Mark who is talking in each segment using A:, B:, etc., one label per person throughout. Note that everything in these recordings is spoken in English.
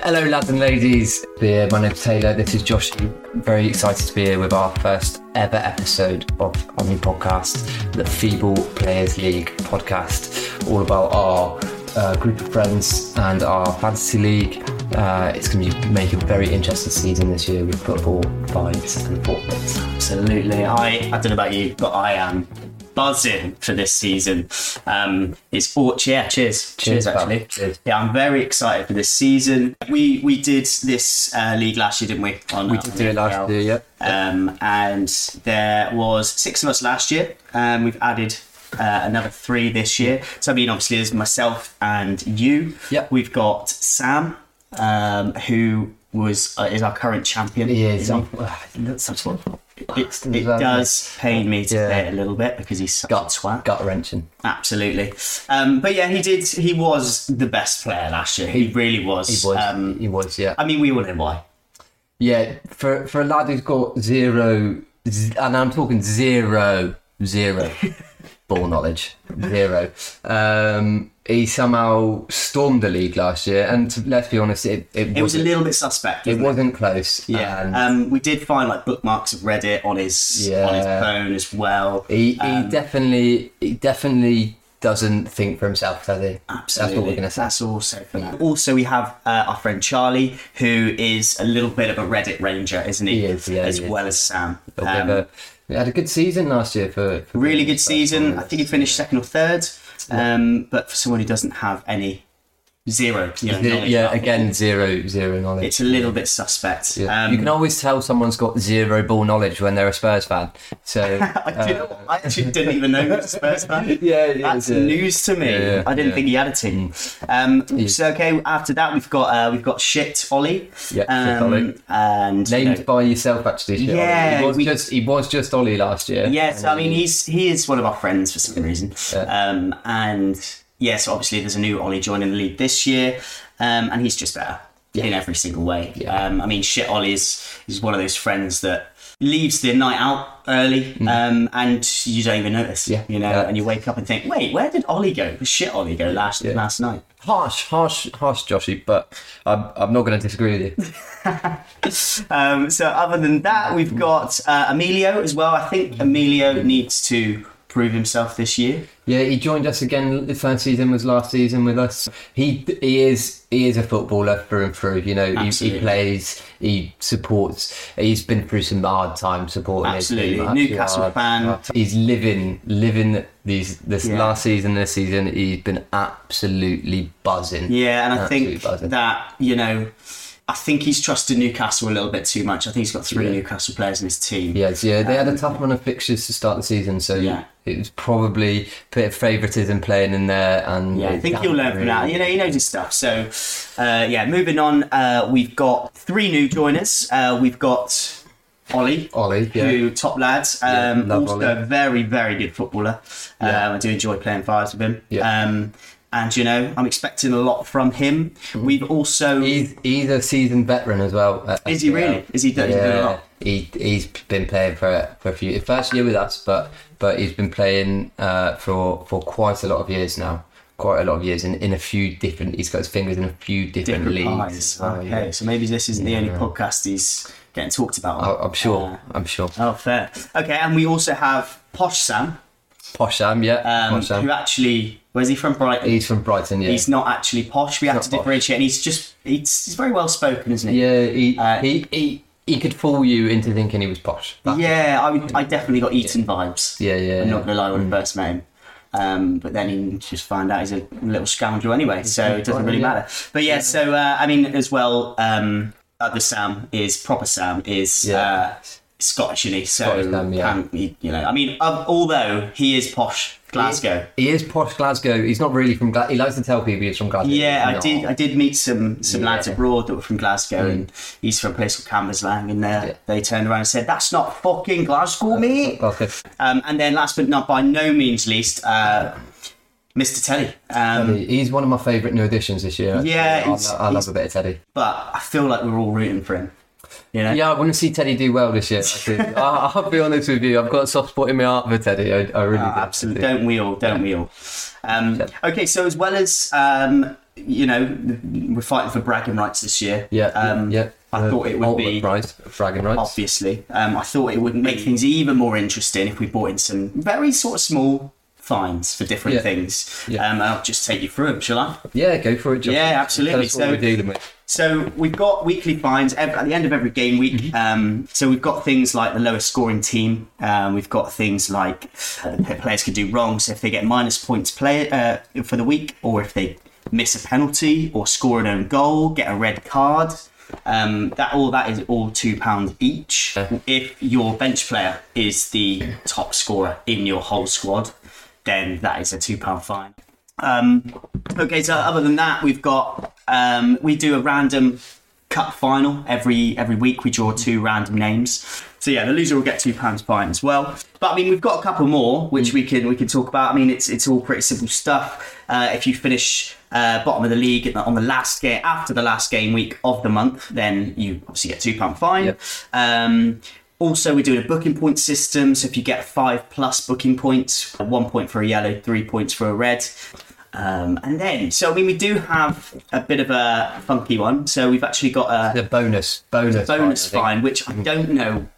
A: Hello, lads and ladies. Here, my name's Taylor. This is Joshy. Very excited to be here with our first ever episode of our new podcast, the Feeble Players League podcast, all about our uh, group of friends and our fantasy league. Uh, it's going to be making a very interesting season this year with football, fights, and forfeits.
B: Absolutely. I, I don't know about you, but I am buzzing for this season. Um, it's all yeah, cheers, cheers,
A: Cheers, pal.
B: actually.
A: Cheers.
B: Yeah, I'm very excited for this season. We we did this uh, league last year, didn't we? On,
A: We did do it last year, yeah.
B: Um, and there was six of us last year. Um, we've added uh, another three this year. So I mean, obviously, there's myself and you.
A: Yeah.
B: We've got Sam, um, who was uh, is our current champion.
A: He
B: Isn't
A: is.
B: he?
A: I'm, uh, that's such a
B: It,
A: Bastard,
B: it
A: isn't it?
B: does pain me to
A: Yeah.
B: say it a little bit because he's such a twat.
A: gut wrenching.
B: Absolutely. Um, but yeah, he did. He was the best player last year. He really was.
A: He was.
B: Um,
A: he was, yeah.
B: I mean, we all know why.
A: Yeah, for for a lad who's got zero, z- and I'm talking zero, zero ball knowledge, zero. Um, he somehow stormed the league last year, and to, let's be honest, it it,
B: It was a
A: wasn't,
B: little bit suspect.
A: it
B: wasn't
A: wasn't close.
B: Yeah,
A: and
B: um, we did find like bookmarks of Reddit on his on his
A: Yeah.
B: phone as well.
A: he, he
B: um,
A: definitely he definitely doesn't think for himself, does he?
B: Absolutely,
A: That's what we're gonna say.
B: That's also for that. Also, we have uh, our friend Charlie, who is a little bit of a Reddit ranger, isn't he?
A: He is, yeah,
B: as
A: he is.
B: well as Sam.
A: But
B: Um,
A: we've, uh, we had a good season last year for, for uh,
B: really
A: being
B: good
A: first
B: season.
A: on
B: I
A: the-
B: think he finished second or third. Um, but for someone who doesn't have any zero, you know, knowledge
A: Yeah,
B: about
A: again, zero zero knowledge.
B: it's a little bit suspect.
A: Yeah.
B: Um,
A: you can always tell someone's got zero ball knowledge when they're a Spurs fan. So
B: I, do you know what? I actually didn't even know he was a Spurs fan.
A: Yeah, yeah,
B: that's
A: yeah.
B: news to me.
A: Yeah, yeah,
B: I didn't
A: yeah.
B: think he had a team. Um, so okay, after that we've got uh, we've got shit Ollie.
A: Yeah, Shit
B: um,
A: Ollie.
B: and you
A: named
B: know,
A: by yourself actually. Shit, Ollie.
B: Yeah,
A: he was
B: we-
A: just he was just Ollie last year.
B: yeah, so I mean he's he is one of our friends for some reason. Um, and yeah, so obviously there's a new Ollie joining the league this year, um, and he's just better in every single way. Um, I mean shit Ollie is is one of those friends that. Leaves the night out early, um, and you don't even notice.
A: Mm. Yeah.
B: you know,
A: Yeah.
B: and you wake up and think, "Wait, where did Ollie go? Shit, Ollie go last last night."
A: harsh, harsh, harsh, Joshy. But I'm, I'm not going to disagree with you.
B: Um, so other than that, we've got uh, Emilio as well. I think Emilio needs to prove himself this year.
A: Yeah, he joined us again. The first season was last season with us. He he is he is a footballer through and through. You know, he, he
B: Absolutely.
A: plays, he supports. He's been through some hard times supporting his team.
B: Absolutely. Newcastle
A: Hard-
B: fan.
A: hard- He's living living these this
B: Yeah.
A: last season. This season, he's been absolutely buzzing.
B: Yeah, and I
A: Absolutely
B: think
A: buzzing.
B: that you know, I think he's trusted Newcastle a little bit too much. I think he's got three Newcastle players in his team.
A: Yes, yeah, they had a tough run of fixtures to start the season, so
B: Yeah.
A: it was probably a bit of favouritism playing in there. And
B: Yeah, I think he'll learn from that. You know, he knows his stuff. So, uh, yeah, moving on. Uh, we've got three new joiners. Uh, we've got Ollie,
A: Ollie, yeah.
B: who top lads. Um,
A: love
B: also
A: Ollie.
B: a very, very good footballer. Um, I do enjoy playing fives with him.
A: Yeah.
B: Um, and you know, I'm expecting a lot from him.
A: Hmm.
B: We've also
A: He's, he's a seasoned veteran as well. at
B: Is he
A: SPL.
B: really? Is he done- he's done a
A: Yeah,
B: lot?
A: he he's been playing for for a few first year with us, but but he's been playing uh, for for quite a lot of years now. Quite a lot of years in, in a few different. He's got his fingers in a few different,
B: different
A: leagues.
B: pies.
A: Oh, yeah.
B: Okay, so maybe this isn't the only podcast he's getting talked about. on.
A: I- Oh, I'm sure. I'm sure.
B: oh, fair. Okay, and we also have Posh Sam,
A: Posh Sam, yeah.
B: um,
A: Posh Sam.
B: who actually where's he from? Brighton.
A: He's from Brighton. Yeah.
B: he's not actually posh. We have
A: Not
B: to
A: posh.
B: differentiate. And he's just he's, he's very well spoken, isn't he?
A: Yeah, he,
B: Uh,
A: he he he could fool you into thinking he was posh. That-
B: Yeah, I, would- I definitely got Eton vibes.
A: Yeah, yeah,
B: I'm
A: yeah. Mm.
B: not gonna lie when I first met him. Um, but then you just find out he's a little scoundrel anyway, so it doesn't really
A: yeah.
B: matter. But yeah, so uh, I mean, as well, um, other Sam is proper Sam is
A: Yeah.
B: uh, Scottish, isn't he? So
A: Scottish Sam, yeah.
B: can- he- you know, I mean, um, although he is posh Glasgow.
A: He is posh Glasgow. He's not really from Glasgow. He likes to tell people he's from Glasgow.
B: Yeah, I
A: He's
B: did.
A: not.
B: I did meet some some lads
A: Yeah. Mm.
B: abroad that were from Glasgow, and he's from a place called Cambuslang, and uh, they turned around and said, "That's not fucking Glasgow, mate."
A: Glasgow.
B: Um, and then, last but not by no means least, uh, Mr. Teddy. Um,
A: He- He's one of my favourite new additions this year. actually.
B: Yeah,
A: I, lo-
B: he's-
A: I love a bit of Teddy.
B: but I feel like we're all rooting for him. You know,
A: Yeah, I want to see Teddy do well this year. actually. I, I'll be honest with you. I've got a soft spot in my heart for Teddy.
B: Uh, Ah,
A: I, I really do.
B: absolutely. Don't we all? Don't we all? Um, okay, so as well as um, you know, we're fighting for bragging rights this year.
A: Yeah.
B: Um,
A: yeah.
B: I
A: Uh,
B: thought it would
A: ultimate
B: be
A: Right, bragging rights.
B: obviously. Um, I thought it would make things even more interesting if we brought in some very sort of small fines for different
A: Yeah.
B: things.
A: Yeah.
B: Um, I'll just take you through them, shall I?
A: Yeah, go for it. Justin.
B: Yeah, absolutely.
A: Tell us what
B: So-
A: we're dealing with.
B: So we've got weekly fines ev- at the end of every game week. Um, so we've got things like the lowest scoring team. Um, we've got things like uh, the players could do wrong. So if they get minus points play uh, for the week, or if they miss a penalty or score an own goal, get a red card. Um, that all that is all two pounds each. If your bench player is the top scorer in your whole squad, then that is a two pound fine. Um, okay, so other than that, we've got um, we do a random cup final every every week. We draw two random names. So yeah, the loser will get two pounds fine as well. But I mean, we've got a couple more which we can we can talk about. I mean, it's it's all pretty simple stuff. Uh, if you finish uh, bottom of the league at the- on the last game after the last game week of the month, then you obviously get two pound fine.
A: Yep.
B: Um, also, we're doing a booking point system. So if you get five plus booking points, one point for a yellow, three points for a red. Um, and then, so I mean, we do have a bit of a funky one. So we've actually got a
A: The bonus, bonus,
B: bonus
A: fine.
B: fine, which
A: Mm-hmm.
B: I don't know.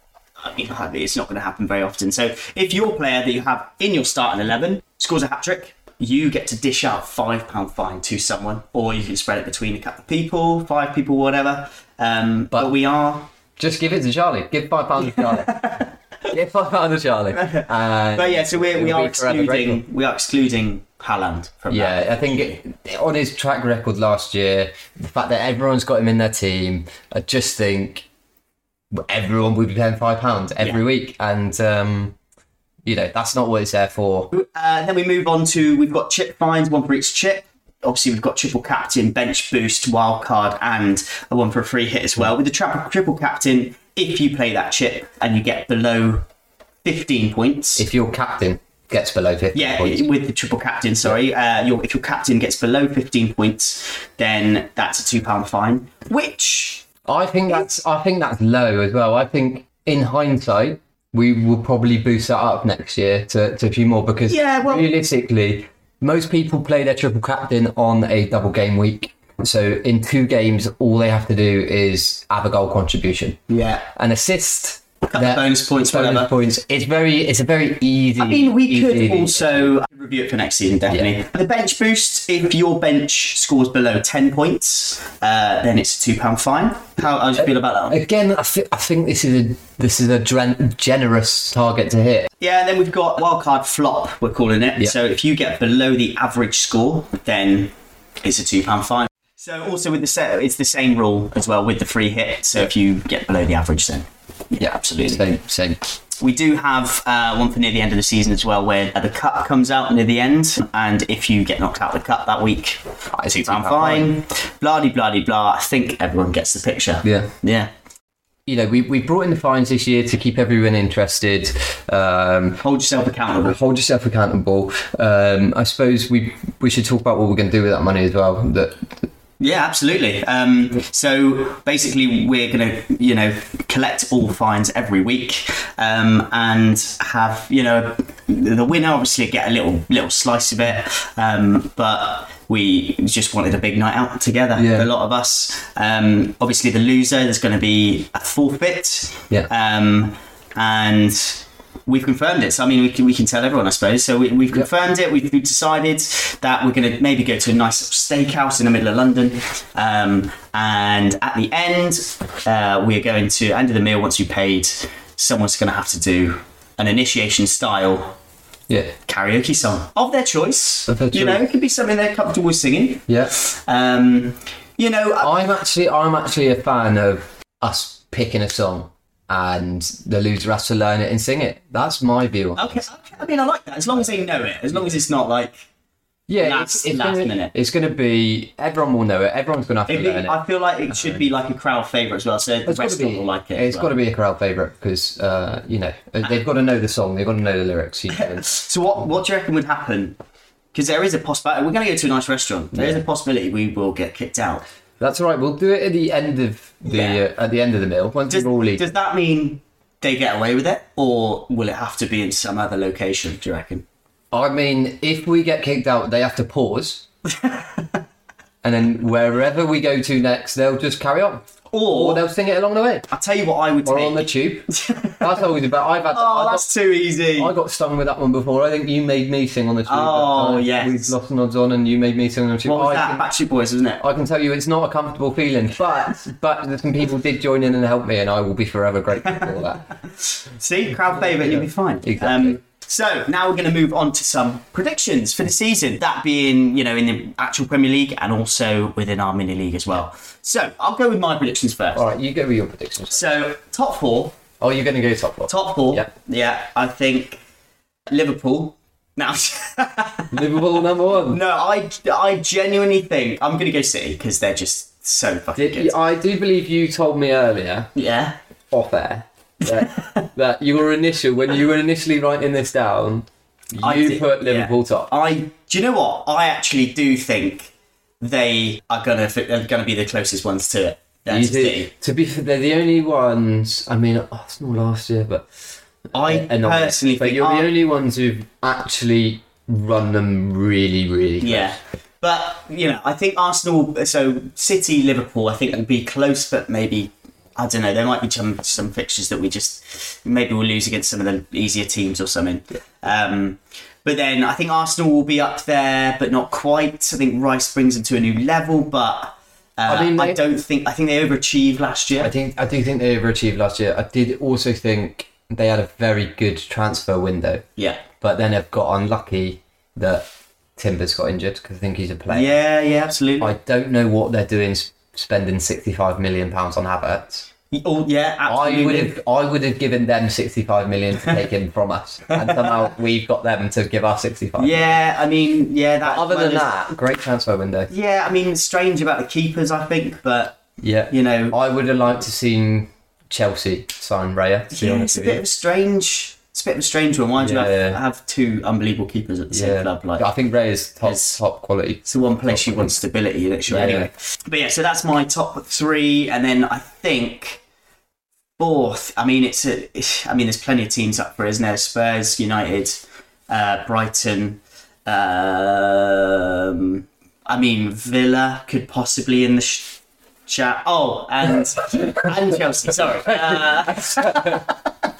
B: I mean, it's not going to happen very often. So if your player that you have in your starting eleven scores a hat trick, you get to dish out five pound fine to someone, or you can spread it between a couple of people, five people, whatever. Um, but we are
A: Just give it to Charlie. Give five pounds to Charlie. give five pounds to Charlie. Uh, And
B: But yeah, so we're, we
A: it'll
B: are
A: be forever grateful.
B: excluding we are excluding Haaland from
A: Yeah,
B: that.
A: I think it, on his track record last year, the fact that everyone's got him in their team, I just think everyone would be paying five pounds every
B: Yeah.
A: week, and um, you know that's not what it's there for.
B: Uh, then we move on to we've got chip fines, one for each chip. Obviously, we've got triple captain, bench boost, wild card, and a one for a free hit as well. With the triple, triple captain, if you play that chip and you get below fifteen points,
A: If your captain gets below fifty
B: yeah,
A: points,
B: with the triple captain, sorry, uh, your, if your captain gets below fifteen points, then that's a two pound fine, which
A: I think that's I think that's low as well. I think in hindsight, we will probably boost that up next year to, to a few more because
B: Yeah, well-
A: realistically, most people play their triple captain on a double game week. So in two games, all they have to do is have a goal contribution,
B: yeah,
A: an assist,
B: couple of
A: that-
B: bonus points, whatever.
A: bonus points. It's very it's a very easy.
B: I mean, we could
A: easy-
B: also review it for next season, definitely. The bench boost, if your bench scores below 10 points, uh, then it's a £2 fine. How, how do you feel about that? one?
A: Again, I, thi- I think this is a this is a dren- generous target to hit.
B: Yeah, and then we've got wildcard flop, we're calling it. So if you get below the average score, then it's a £2 fine. So also with the set, it's the same rule as well with the free hit. So if you get below the average, then yeah, absolutely.
A: Same, same.
B: We do have uh, one for near the end of the season as well, where uh, the cup comes out near the end, and if you get knocked out of the cup that week,
A: That is a
B: two pound
A: £2
B: fine. Blah de blah de blah. I think everyone gets the picture.
A: Yeah.
B: yeah.
A: you know, we, we brought in the fines this year to keep everyone interested, um,
B: Hold yourself accountable.
A: hold yourself accountable. Um, I suppose we we should talk about what we're going to do with that money as well. That
B: Yeah, absolutely. Um, so basically, we're going to, you know, collect all fines every week, um, and have, you know, the winner obviously get a little little slice of it, um, but we just wanted a big night out together.
A: Yeah.
B: A lot of us. Um, obviously, the loser there's going to be a forfeit.
A: Yeah.
B: Um, and we've confirmed it. So I mean, we can, we can tell everyone, I suppose. So we, we've confirmed it. We've, we've decided that we're going to maybe go to a nice steakhouse in the middle of London, um, and at the end, uh, we're going to end of the meal. Once you paid, someone's going to have to do an initiation style
A: yeah
B: karaoke song of their choice.
A: Of their
B: You know,
A: choice.
B: it could be something they're comfortable singing.
A: yeah.
B: Um, you know, I-
A: I'm actually I'm actually a fan of us picking a song and the loser has to learn it and sing it. That's my view. on it.
B: okay. okay, I mean, I like that. As long as they know it. As long as it's not like.
A: Yeah,
B: Last-
A: it's, it's
B: last
A: gonna,
B: minute.
A: It's going to be everyone will know it. Everyone's going to have to
B: It,
A: learn it.
B: I feel like it should be like a crowd favourite as well, so the
A: It's gotta
B: rest of them will like it.
A: It's
B: as well.
A: got to be a crowd favourite because uh, you know they've got to know the song. They've got to know the lyrics. You know.
B: So what what do you reckon would happen? Because there is a possibility. We're going to go to a nice restaurant. There is a possibility we will get kicked out.
A: That's all right. We'll do it at the end of the
B: Yeah.
A: uh, at the end of the meal once
B: Does,
A: we've all eaten.
B: does that mean they get away with it, or will it have to be in some other location? Do you reckon?
A: I mean, if we get kicked out, they have to pause, and then wherever we go to next, they'll just carry on. Or
B: Or
A: they'll sing it along the way.
B: I'll tell you what I would
A: Or
B: take.
A: on the tube. That's always about. I've had. I
B: oh,
A: got-
B: that's too easy.
A: I got stung with that one before. I think you made me sing on the tube. that
B: Oh,
A: time.
B: yes.
A: With Lost and Odds on, and you made me sing on the tube.
B: what
A: I
B: was that?
A: Can,
B: Backstreet Boys, wasn't it?
A: I can tell you it's not a comfortable feeling, but but some people did join in and help me, and I will be forever grateful for that.
B: See, crowd favourite, you'll be fine.
A: Exactly.
B: Um, so now we're going to move on to some predictions for the season. That being, you know, in the actual Premier League and also within our mini league as well. So I'll go with my predictions first.
A: All right, you go with your predictions.
B: So top four,
A: Oh, you're going to go top four.
B: top four.
A: Yeah.
B: yeah I think Liverpool. Now,
A: Liverpool number one.
B: no, I, I genuinely think I'm going to go City because they're just so fucking good.
A: Did, I do believe you told me earlier
B: yeah.
A: off air that, that your initial when you were initially writing this down,
B: I
A: you
B: did,
A: put Liverpool
B: yeah.
A: top.
B: I do you know what? I actually do think they are gonna fi- are gonna be the closest ones to it. That's
A: You do,
B: the thing.
A: to be, f- they're the only ones. I mean, Arsenal last year, but
B: I
A: and not-
B: personally um,
A: but
B: think
A: you're
B: I-
A: the only ones who've actually run them really, really. Close.
B: yeah. But you know, I think Arsenal so City, Liverpool, I think will be close but maybe I don't know, there might be some some fixtures that we just maybe we'll lose against some of the easier teams or something. Um but then I think Arsenal will be up there, but not quite. I think Rice brings them to a new level, but uh, I,
A: mean, they-
B: don't think I think they overachieved last year.
A: I think I do think they overachieved last year. I did also think they had a very good transfer window,
B: yeah.
A: but then have got unlucky that Timbers got injured because I think he's a player.
B: Yeah, yeah, absolutely.
A: I don't know what they're doing, s- spending sixty-five million pounds on Havertz.
B: oh, yeah,
A: I would
B: absolutely.
A: have, I would have given them sixty-five million to take in from us, and somehow we've got them to give us sixty-five.
B: yeah, I mean, yeah. That,
A: Other
B: well,
A: than
B: there's-
A: that, great transfer window.
B: yeah, I mean, it's strange about the keepers, I think, but
A: Yeah,
B: you know,
A: I would have liked to seen Chelsea sign Raya. To be
B: yeah,
A: honest
B: it's a
A: with
B: bit of
A: you.
B: a strange. It's a bit of a strange one. Why do you
A: Yeah.
B: have, have two unbelievable keepers at the same
A: Yeah,
B: club?
A: I
B: Like,
A: think Raya's top
B: It's-
A: top quality.
B: it's the one place you want stability, isn't it? Sure.
A: Yeah.
B: Anyway, but yeah, so that's my top three, and then I think fourth. I mean, it's a. I mean, there's plenty of teams up for, it, isn't there? Spurs, United, uh, Brighton. Um, I mean, Villa could possibly in the sh- chat. Oh, and and Chelsea. Sorry, uh,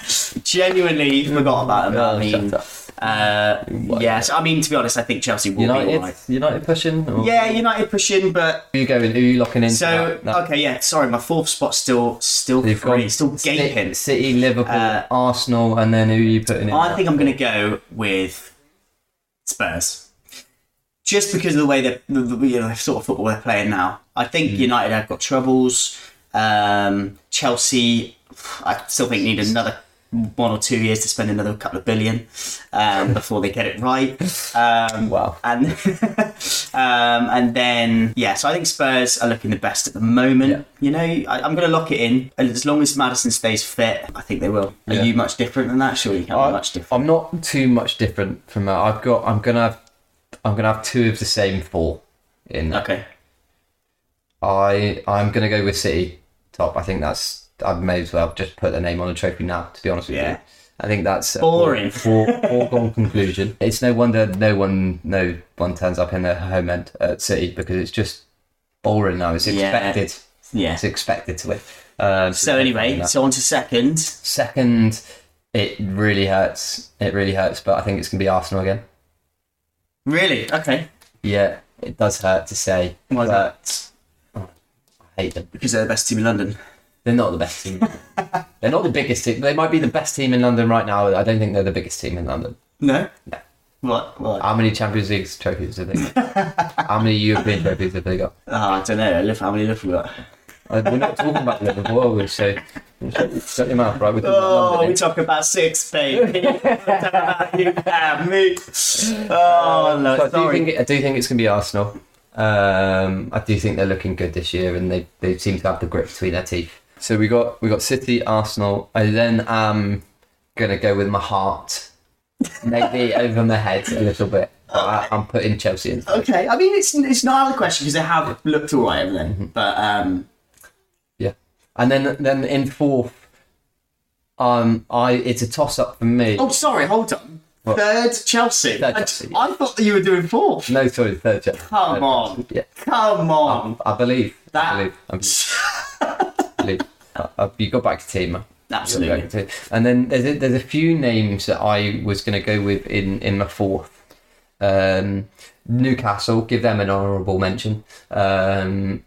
B: genuinely forgot about them. I
A: Oh,
B: mean,
A: shut up.
B: uh, yes. I mean, to be honest, I think Chelsea will be
A: United,
B: alright.
A: United pushing. Or
B: Yeah, United pushing, but
A: who you going? Who you locking in?
B: so okay, yeah. Sorry, my fourth spot's still still free, still gaping.
A: City, Liverpool,
B: Uh,
A: Arsenal, and then who are you putting in?
B: I think I'm going to go with Spurs, just because of the way that the, the, you know, the sort of football they're playing now. I think United have got troubles. Um, Chelsea, I still think need another one or two years to spend another couple of billion um, before they get it right. Um,
A: Wow.
B: and um, and then yeah, so I think Spurs are looking the best at the moment. You know, I, I'm going to lock it in And as long as Madison stays fit. I think they will. Are
A: Yeah.
B: you much different than that? Surely you can't be much different.
A: I'm not too much different from that. I've got. I'm gonna have. I'm gonna have two of the same four. In there.
B: Okay.
A: I, I'm gonna go with City top. I think that's. I may as well just put the name on the trophy now. To be honest with
B: Yeah.
A: you. I think that's a
B: Boring.
A: fore- foregone conclusion. It's no wonder no one, no one turns up in their home end at City because it's just boring now. It's
B: Yeah.
A: expected.
B: Yeah.
A: It's expected to win. Um,
B: So anyway, so on to second.
A: Second, it really hurts. It really hurts, but I think it's going to be Arsenal again.
B: Really? Okay.
A: Yeah, it does hurt to say.
B: Why is
A: but oh,
B: that?
A: I hate them.
B: Because they're the best team in London.
A: They're not the best team. they're not the biggest team. They might be the best team in London right now. I don't think they're the biggest team in London.
B: No.
A: No.
B: What? What?
A: How many Champions League trophies have they got? How many European trophies have they got?
B: Ah, I don't know. Liv- How many Liverpool got?
A: Uh, we're not talking about Liverpool, are we? So shut your mouth, right? We're talking about
B: Oh, we
A: London.
B: talk about six, baby. Don't about you and me. Oh,
A: So I
B: no,
A: do
B: sorry.
A: think I do think it's going to be Arsenal. Um, I do think they're looking good this year, and they, they seem to have the grip between their teeth. So we got we got City, Arsenal. I then am gonna go with my heart, maybe over my head a little bit. But I, I'm putting Chelsea in.
B: okay. I mean, it's it's not out of the question because they have looked all right over there.
A: Mm-hmm.
B: But um,
A: Yeah, and then then in fourth, um, I it's a toss up for me.
B: oh, sorry. Hold on.
A: What?
B: Third Chelsea.
A: Third
B: I-
A: Chelsea, yeah.
B: I, thought that you were doing fourth.
A: No, Oh, sorry, third chapter.
B: Come on.
A: Yeah.
B: Come on.
A: I believe.
B: That-
A: I believe. I believe. I believe. Uh, uh, you got back to team. man. You got back
B: Absolutely.
A: to team. And then there's a, there's a few names that I was going to go with in in my fourth. Um, Newcastle, give them an honourable mention. Um,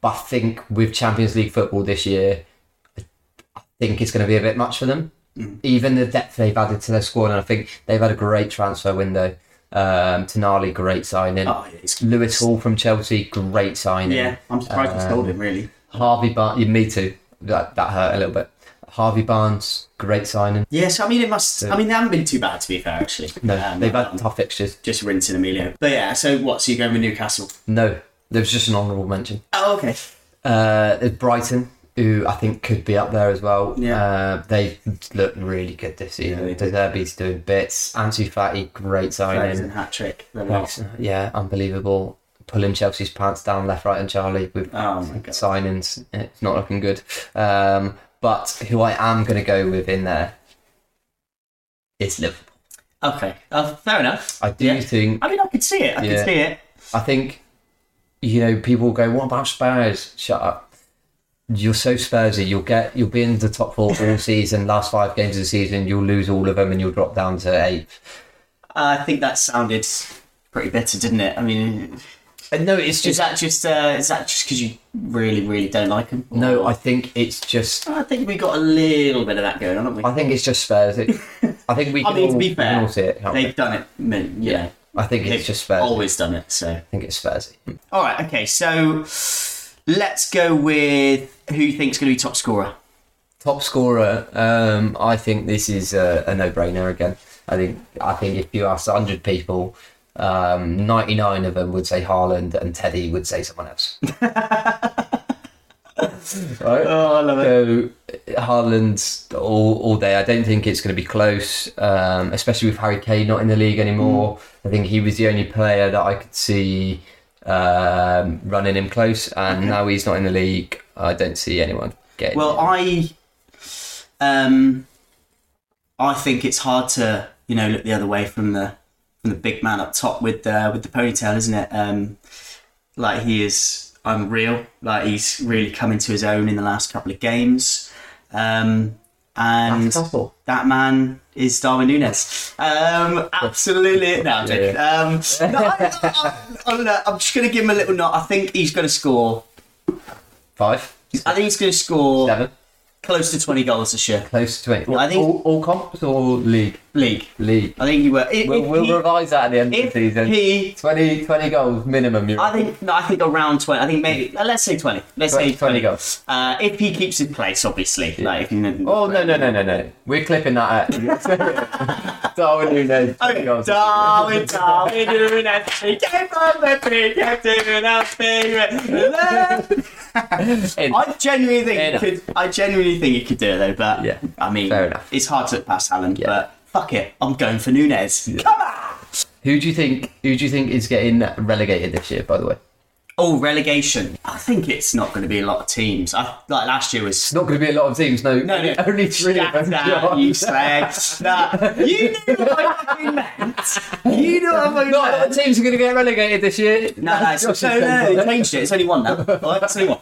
A: but I think with Champions League football this year, I think it's going to be a bit much for them.
B: Mm.
A: Even the depth they've added to their squad, and I think they've had a great transfer window. Um, Tenali, great signing.
B: Oh, yeah, it's-
A: Lewis Hall from Chelsea, great signing.
B: Yeah, I'm surprised you sold him, really.
A: Harvey Barnes, yeah, me too. That that hurt a little bit. Harvey Barnes, great signing.
B: Yeah, so I mean, it must. I mean, they haven't been too bad, to be fair, actually.
A: No,
B: Um,
A: they've had tough fixtures.
B: just rinsing Emilio. But yeah, so what? So you're going with Newcastle?
A: No, there was just an honourable mention.
B: Oh, okay.
A: Uh, there's Brighton, who I think could be up there as well.
B: Yeah.
A: Uh, they look really good this season.
B: they
A: Yeah,
B: do.
A: Deserby's doing bits. Ansu Fati, great
B: Brighton
A: signing.
B: hat trick.
A: Yeah, unbelievable. Pulling Chelsea's pants down left, right, and Charlie with
B: Oh my god.
A: signings. It's not looking good. Um, but who I am going to go with in there is Liverpool.
B: Okay. Uh, fair enough.
A: I do
B: Yeah.
A: think.
B: I mean, I could see it. I
A: Yeah.
B: could see it.
A: I think. You know, people go, "What about Spurs?" Shut up. You're so Spursy. You'll get. You'll be in the top four all season. Last five games of the season, you'll lose all of them, and you'll drop down to eighth.
B: I think that sounded pretty bitter, didn't it? I mean,
A: And no, it's
B: is
A: just
B: that just uh, is that just because you really, really don't like him?
A: no.
B: Or-
A: I think it's just.
B: I think we got a little bit of that going on, haven't we?
A: I think it's just Spurs. It, I think we
B: I
A: can
B: mean,
A: all,
B: to be
A: we can
B: fair,
A: all see it. can't we?
B: They've done it. I mean, you know,
A: I think
B: they've
A: it's just Spurs. I
B: always done it. So,
A: think it's Spurs.
B: all right, okay. So let's go with who you think's going to be top scorer.
A: Top scorer, um, I think this is a, a no-brainer again. I think I think if you ask hundred people, um, ninety-nine of them would say Haaland, and Teddy would say someone else. right?
B: Oh, I love
A: So Haaland all all day. I don't think it's going to be close, um, especially with Harry Kane not in the league anymore.
B: Mm.
A: I think he was the only player that I could see um, running him close, and now he's not in the league. I don't see anyone getting.
B: Well, I, um, I think it's hard to you know look the other way from the from the big man up top with the with the ponytail, isn't it? Um, like he is unreal. Like he's really come into his own in the last couple of games, um, and
A: Newcastle.
B: that man is Darwin Nunes. Um, absolutely. No, I'm joking. Um, no, I, I, I, I don't know. I'm just going to give him a little nod. I think he's going to score.
A: Five,
B: I think he's going to score
A: seven,
B: close to 20 goals this year.
A: close to twenty.
B: I think-
A: all, all comps or league,
B: League.
A: league.
B: I think you were. If,
A: We'll,
B: if
A: we'll
B: he-
A: revise that at the end
B: if
A: of the season.
B: he-
A: 20, 20 goals minimum. You're
B: I think no, I think around twenty. I think maybe uh, let's say twenty. Let's
A: Twenty- 20
B: say twenty
A: goals.
B: Uh, if he keeps his place, obviously. Like, if you know-
A: Oh no no no no no! We're clipping that out. Darwin Nunes.
B: Okay, Darwin, Darwin, doing that thing. Keep on the thing, keep doing that thing. I genuinely
A: Fair
B: think it could, I genuinely think he could do it though, but
A: Yeah.
B: I mean,
A: Fair enough.
B: it's hard to look past Alan, but fuck it, I'm going for Nunes. Come on!
A: Who do you think? Who do you think is getting relegated this year? By the way,
B: Oh, relegation. I think it's not going to be a lot of teams. I, like last year was
A: it's not going to be a lot of teams. No,
B: No, no.
A: only three of
B: Shut
A: them.
B: down, you slag. Nah, you knew what I fucking meant. You knew what I
A: Not a
B: fucking
A: lot of
B: meant.
A: teams are going to get relegated this year.
B: No, no, it's, no, no, they changed it. It's only one now. Right? It's only one.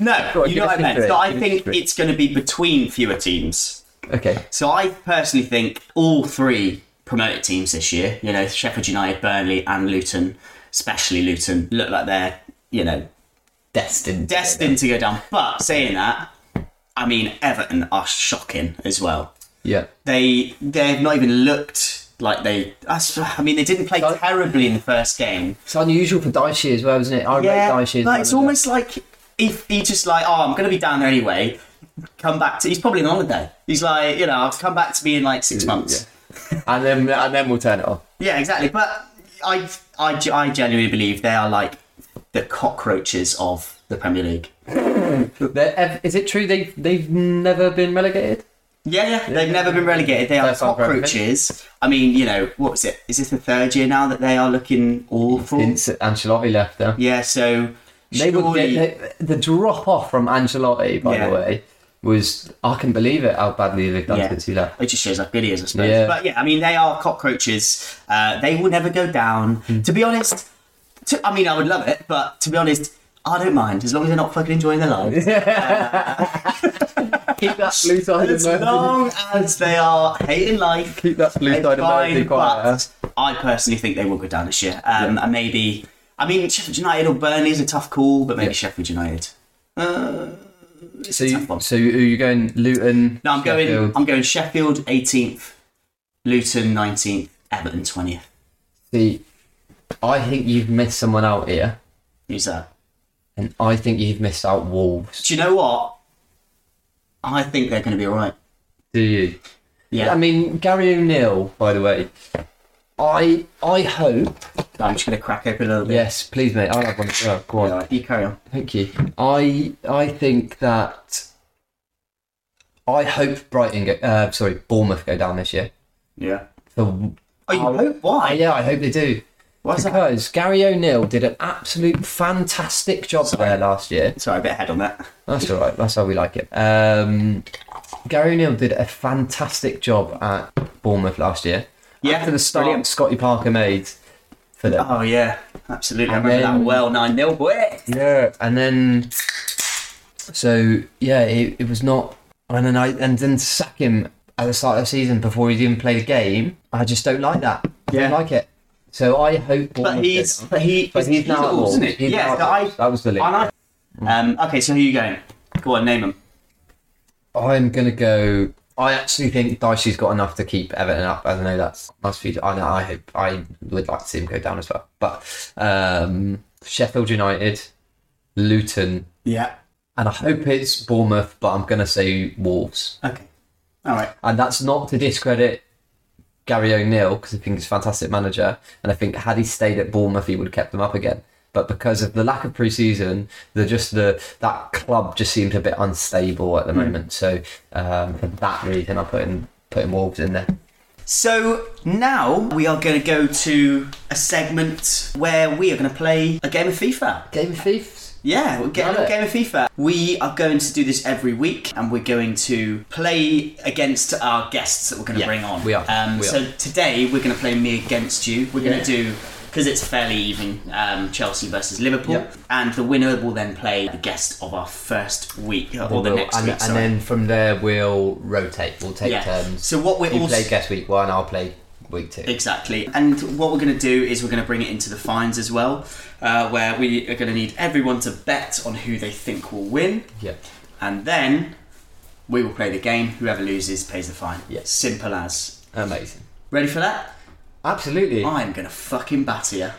B: No,
A: Go on,
B: you
A: give
B: know
A: us your
B: what I meant.
A: three.
B: So I
A: Give us
B: think
A: your three.
B: it's going to be between fewer teams.
A: Okay.
B: So I personally think all three promoted teams this year, you know, Sheffield United, Burnley, and Luton, especially Luton, look like they're, you know,
A: Destined.
B: destined to go down. But saying that, I mean, Everton are shocking as well.
A: Yeah.
B: they they've not even looked like they. That's, I mean, they didn't play
A: So-
B: terribly in the first game.
A: It's unusual for Daishi as well, isn't it? I rate Daishi. as
B: but
A: one
B: it's
A: of the-
B: almost like if he just like, oh, I'm going to be down there anyway. Come back to. He's probably on holiday. He's like, you know, I'll come back to me in like six months.
A: and then and then we'll turn it on.
B: Yeah, exactly. But I, I, ge- I genuinely believe they are like the cockroaches of the Premier League.
A: They're ev- Is it true they they've never been relegated?
B: Yeah, yeah, they've never been relegated. They are
A: First time for everything.
B: cockroaches. I mean, you know, what was it? Is this the third year now that they are looking awful?
A: Since Ancelotti left them,
B: Yeah, so
A: they were
B: surely-
A: they, they, the drop off from Ancelotti. By
B: Yeah.
A: the way, was I can believe it how badly they've done
B: Yeah.
A: to Tula.
B: It just shows how good he is, I suppose.
A: Yeah.
B: But yeah, I mean, they are cockroaches. Uh, they will never go down.
A: Hmm.
B: To be honest, to, I mean, I would love it, but to be honest, I don't mind as long as they're not fucking enjoying their lives.
A: Keep that blue-sided
B: as long as they are hating life,
A: Keep that blue-sided
B: they're fine,
A: American quiet,
B: But I personally think they will go down this year, um, and maybe. I mean, Sheffield United or Burnley is a tough call, but maybe
A: Yeah.
B: Sheffield United.
A: So,
B: tough
A: you,
B: one.
A: so you- are you going Luton?
B: No, I'm going.
A: Sheffield,
B: I'm going Sheffield 18th, Luton 19th, Everton 20th.
A: See, I think you've missed someone out here,
B: Who's that?
A: and I think you've missed out Wolves.
B: Do you know what? I think they're going to be all right.
A: Do you?
B: Yeah,
A: I mean, Gary O'Neill, by the way. I I hope.
B: I'm just going to crack open a little bit.
A: Yes, please, mate. I'll have one. as well. Go on.
B: All right, you carry on.
A: Thank you. I I think that I hope Brighton go. Uh, sorry, Bournemouth go down this year.
B: Yeah.
A: The,
B: Oh, you hope? Why?
A: yeah, I hope they do.
B: Why's that?
A: Because Gary O'Neill did an absolute fantastic job there last year.
B: Sorry, a bit ahead on that.
A: That's all right. That's how we like it. Um, Gary O'Neill did a fantastic job at Bournemouth last year.
B: Yeah,
A: After the start
B: brilliant.
A: Scotty Parker made for them.
B: Oh yeah, absolutely. I remember
A: then-
B: that well. Nine 0 boy.
A: Yeah, and then so yeah, it, it was not. And then I and then to sack him at the start of the season before he'd even played a game. I just don't like that. I
B: Yeah.
A: don't like it. So I hope.
B: But
A: Bournemouth
B: he's
A: go down.
B: but he
A: But he's now at
B: old,
A: Wolves.
B: isn't it?
A: He's
B: yeah.
A: now at
B: I,
A: Wolves. That was the link.
B: and I- um, okay, so who are you going? Go on, name them.
A: I'm gonna go. I actually think Dicey's got enough to keep Everton up. I know that's that's future. I know. I hope. I would like to see him go down as well. But um, Sheffield United, Luton,
B: Yeah.
A: and I hope it's Bournemouth. But I'm gonna say Wolves,
B: Okay. All right.
A: and that's not to discredit Gary O'Neill because I think he's a fantastic manager, and I think had he stayed at Bournemouth, he would have kept them up again. But because of the lack of pre-season, the just the that club just seems a bit unstable
B: Hmm.
A: at the moment. So um, for that reason, I'm putting putting Wolves in there.
B: So now we are going to go to a segment where we are going to play a game of FIFA.
A: Game of Thieves.
B: Yeah, we're getting
A: Love
B: a
A: it.
B: game of FIFA. We are going to do this every week, and we're going to play against our guests that we're going to
A: Yeah,
B: bring on.
A: we are.
B: Um,
A: We
B: so
A: are.
B: today we're going to play me against you. We're going
A: Yeah.
B: to do because it's fairly even. Um, Chelsea versus Liverpool,
A: Yep.
B: and the winner will then play the guest of our first week or the
A: We'll-
B: next
A: and,
B: week.
A: and
B: sorry.
A: then from there we'll rotate. We'll take
B: yeah.
A: turns.
B: So what we're
A: you
B: also
A: play guest week one. I'll play week two.
B: Exactly. And what we're going to do is we're going to bring it into the fines as well, uh, where we are going to need everyone to bet on who they think will win,
A: Yeah.
B: and then we will play the game. Whoever loses pays the fine.
A: Yeah.
B: Simple as.
A: Amazing.
B: Ready for that?
A: Absolutely.
B: I'm going to fucking batter you.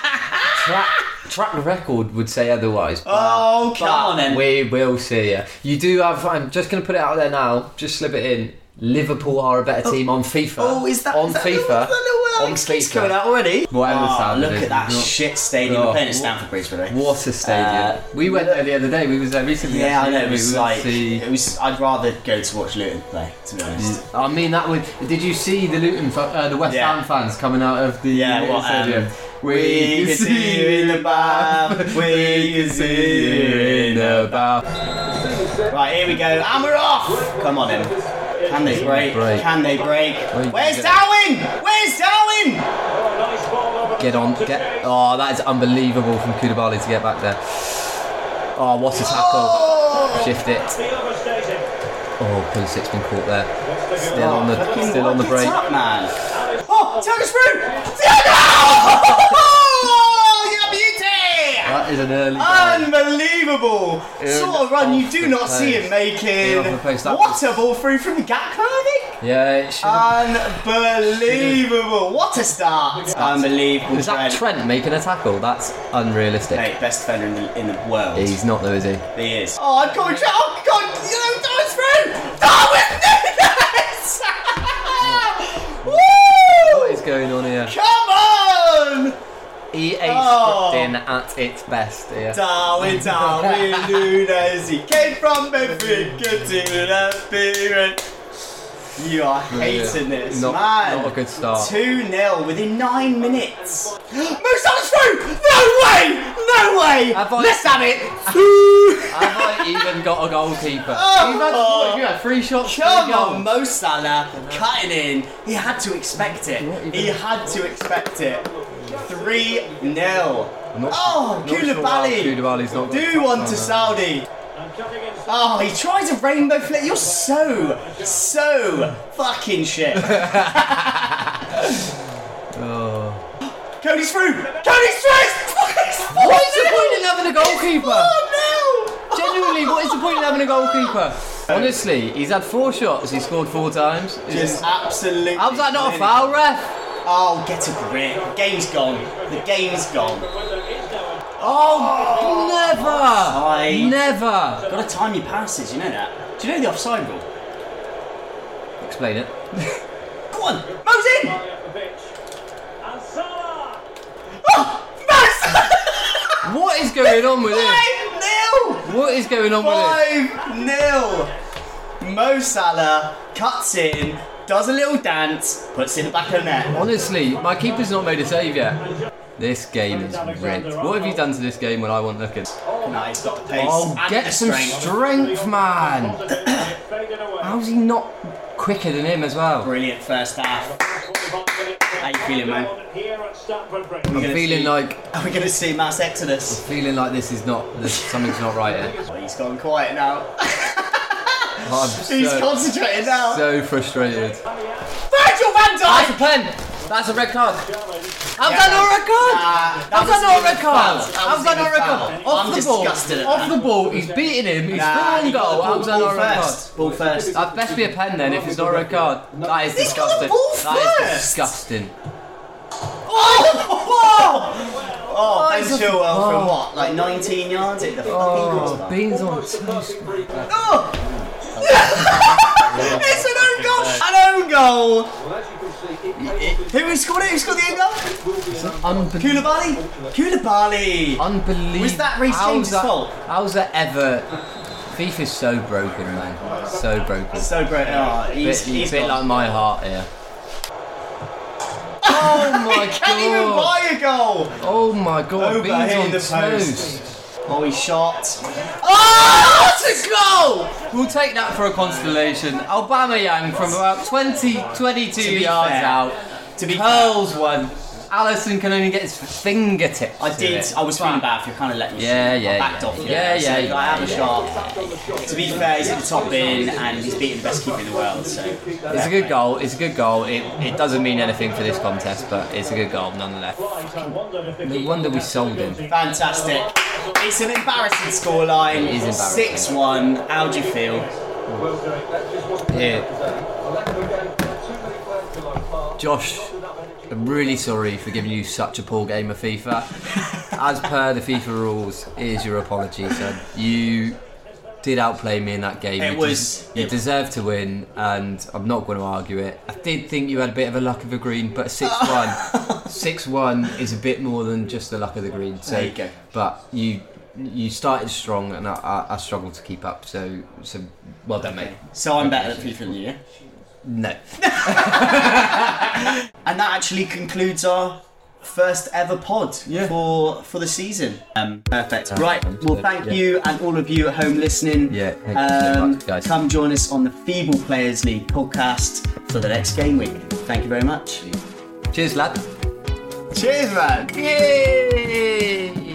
A: track, track record would say otherwise. but-
B: Oh, come
A: but
B: on then.
A: We will see ya. You do have. I'm just going to put it out there now. Just slip it in. Liverpool are a better team on FIFA.
B: Oh, is that
A: on
B: is that
A: FIFA?
B: Little, uh, that little
A: on
B: excuse
A: FIFA.
B: coming out already?
A: Whatever the
B: oh,
A: sound
B: look
A: it is,
B: at that
A: it's not-
B: shit stadium.
A: Oh,
B: We're playing at
A: what-
B: Stamford Bridge today.
A: What a stadium!
B: Uh,
A: we went there the other day. We was there recently.
B: Yeah, I know. It
A: actually,
B: was
A: we went
B: like
A: to see-
B: it was. I'd rather go to watch Luton play. To be honest.
A: I mean, that would. Did you see the Luton, fa- uh, the West
B: Yeah.
A: Ham fans coming out of the
B: Yeah,
A: Luton
B: well, um,
A: stadium?
B: we can see you in the bath. We can see you in the
A: bath.
B: Right, here we go. And we're off! Come on in. Can they break?
A: break.
B: Can they break?
A: Where's
B: Where's
A: Darwin?
B: Darwin? Where's Darwin?
A: Get on, get. Oh, that is unbelievable from Koulibaly to get back there. Oh, what a tackle!
B: Oh!
A: Shift it. Oh, Pulisic's been caught there. Still on the, still on the
B: Fucking
A: break.
B: wipe it up, man. Oh, tug us through! Thiago!
A: That is an early. goal.
B: Unbelievable! Sort of run you do not see him
A: In
B: making.
A: off the post, that
B: What
A: was-
B: a ball through from Gakpo, I think?
A: Yeah, it should have.
B: Unbelievable! What a start! Unbelievable!
A: Is that
B: Fred.
A: Trent making a tackle? That's unrealistic.
B: Mate, best defender in the, in the world.
A: He's not though, is he?
B: He is. Oh, I'm going to. Oh, God! You know, Darwin's through! Darwin Nunes!
A: What
B: Woo!
A: is going on here?
B: Come on!
A: EA
B: Oh.
A: scripting at its best here.
B: Darwin, Darwin Nunes, he came from Benfica to the parent. You are
A: Brilliant.
B: hating this,
A: Not-
B: man.
A: not a good start.
B: 2 0 within nine minutes. Mo Salah's through! No way! No way!
A: Have I-
B: Let's have it!
A: Have I haven't even got a goalkeeper. Oh, you, had, what, you had three shots.
B: Come
A: three goals.
B: on, Mo Salah, cut it in. He had to expect it. He had to expect it. 3 0.
A: not-
B: Oh,
A: not sure why
B: Koulibaly.
A: Koulibaly's not-
B: Do one to Saudi. Oh, he tries a rainbow flick. You're so, so fucking shit.
A: Oh.
B: Cody's through. Cody's through.
A: What is the point in having a goalkeeper?
B: Oh no!
A: Genuinely, what is the point in having a goalkeeper? Honestly, he's had four shots. He scored four times.
B: Just absolutely.
A: How's that not a
B: brilliant.
A: foul, ref?
B: Oh, get a grip. The game's gone. The game's gone. Oh,
A: Never,
B: offside.
A: never.
B: gotta time your passes. You know that. Do you know the offside rule?
A: Explain it.
B: Go on, Mo's in.
A: What is going on with this?
B: Five nil.
A: What is going on with this?
B: Five nil. Mo Salah cuts in, does a little dance, puts it in the back of the net.
A: Honestly, my keeper's not made a save yet. This game is red. What have you done to this game when I want looking?
B: No, he's got the pace.
A: Oh,
B: and the
A: get some
B: strength.
A: strength, man. How's he not quicker than him as well?
B: Brilliant first half.
C: How
B: you feeling, man?
A: I'm
B: gonna
A: feeling
B: see-
A: like
B: Are we going to see mass exodus?
A: feeling like this is not this, something's not right here.
B: Oh, he's gone quiet now.
A: I'm
B: He's
A: so,
B: concentrating now.
A: so frustrated.
B: Virgil van
A: That's a
B: Dijk.
A: pen. That's a red card. How's
B: Yeah,
A: that not a red
B: nah,
A: card?
B: that
A: How's
B: was
A: that not a
B: even
A: red card?
B: foul. That
A: How's
B: was
A: that not a
B: even
A: red card?
B: foul.
A: Off
B: I'm
A: the ball.
B: disgusted at
A: Off
B: that.
A: the ball. He's beating him. He's
B: Nah,
A: throwing
B: he got
A: goal.
B: the ball-
A: How's that
B: ball
A: not a red card?
B: first. Ball first.
A: That best be a pen then if it's not a red card. That is
B: He's got
A: disgusting.
B: the ball
A: That is
B: first.
A: disgusting.
B: Oh! Oh, Ben
A: he's a-
B: Chilwell
A: oh.
B: from what? Like 19 yards at the fucking
A: Oh,
B: crossbar.
A: beans on toast.
C: That's
B: Oh! it's an own goal! An own goal! Who scored it? Who scored the own goal?
A: Unbelievable.
B: Koulibaly? Koulibaly!
A: Unbelievable.
B: Was that Reece
A: How's
B: James'
A: that-
B: fault?
A: How's that ever? FIFA's so broken, man. So broken.
B: So great. Oh,
A: Bit,
B: he's, he's
A: bit like
B: gone.
A: my heart here. Oh my
B: Can't even
A: god!
B: buy a goal!
A: Oh my god!
B: Over
A: Beans
B: here
A: on
B: in the
A: toast.
B: post. Oh, he shot.
A: Oh, that's a goal! We'll take that for a constellation. Obama Yang from about 20, 22
B: To be
A: yards
B: fair-
A: out
B: to be
A: curls one. Allison can only get his fingertips.
B: I
A: to
B: did.
A: it.
B: I was feeling
A: But-
B: bad for kind of letting me.
A: Yeah,
B: shoot. I
A: yeah,
B: backed
A: yeah.
B: off.
A: Yeah, yeah,
B: So I have a
A: yeah,
B: shot. To be fair, he's at the top in and he's beating the best keeper in the world. So
A: It's a good goal. It's a good goal. It, it doesn't mean anything for this contest, but it's a good goal nonetheless. No wonder we sold him.
B: fantastic. It's an embarrassing scoreline.
A: It is embarrassing.
B: Six-one. How do you feel?
A: Yeah. Josh, I'm really sorry for giving you such a poor game of FIFA. As per the FIFA rules, here's your apology, son. You did outplay me in that game.
B: It
A: you
B: was-
A: you
B: it-
A: deserved to win, and I'm not going to argue it. I did think you had a bit of a luck of the green, but six-one, six-one is a bit more than just the luck of the green. So,
B: There you go.
A: but you. You started strong, and I, I, I struggled to keep up. So, so well done, mate.
B: So I'm better at FIFA than you. yeah?
A: No.
B: And that actually concludes our first ever pod
A: Yeah.
B: for for the season. Um, perfect. Right.
A: sounds
B: Well,
A: good,
B: thank
A: yeah.
B: you and all of you at home listening.
A: Yeah, thank you so
B: Um,
A: much, guys.
B: Come join us on the Feeble Players League podcast for the next game week. Thank you very much.
A: Cheers, lad.
B: Cheers, man.
A: Yay!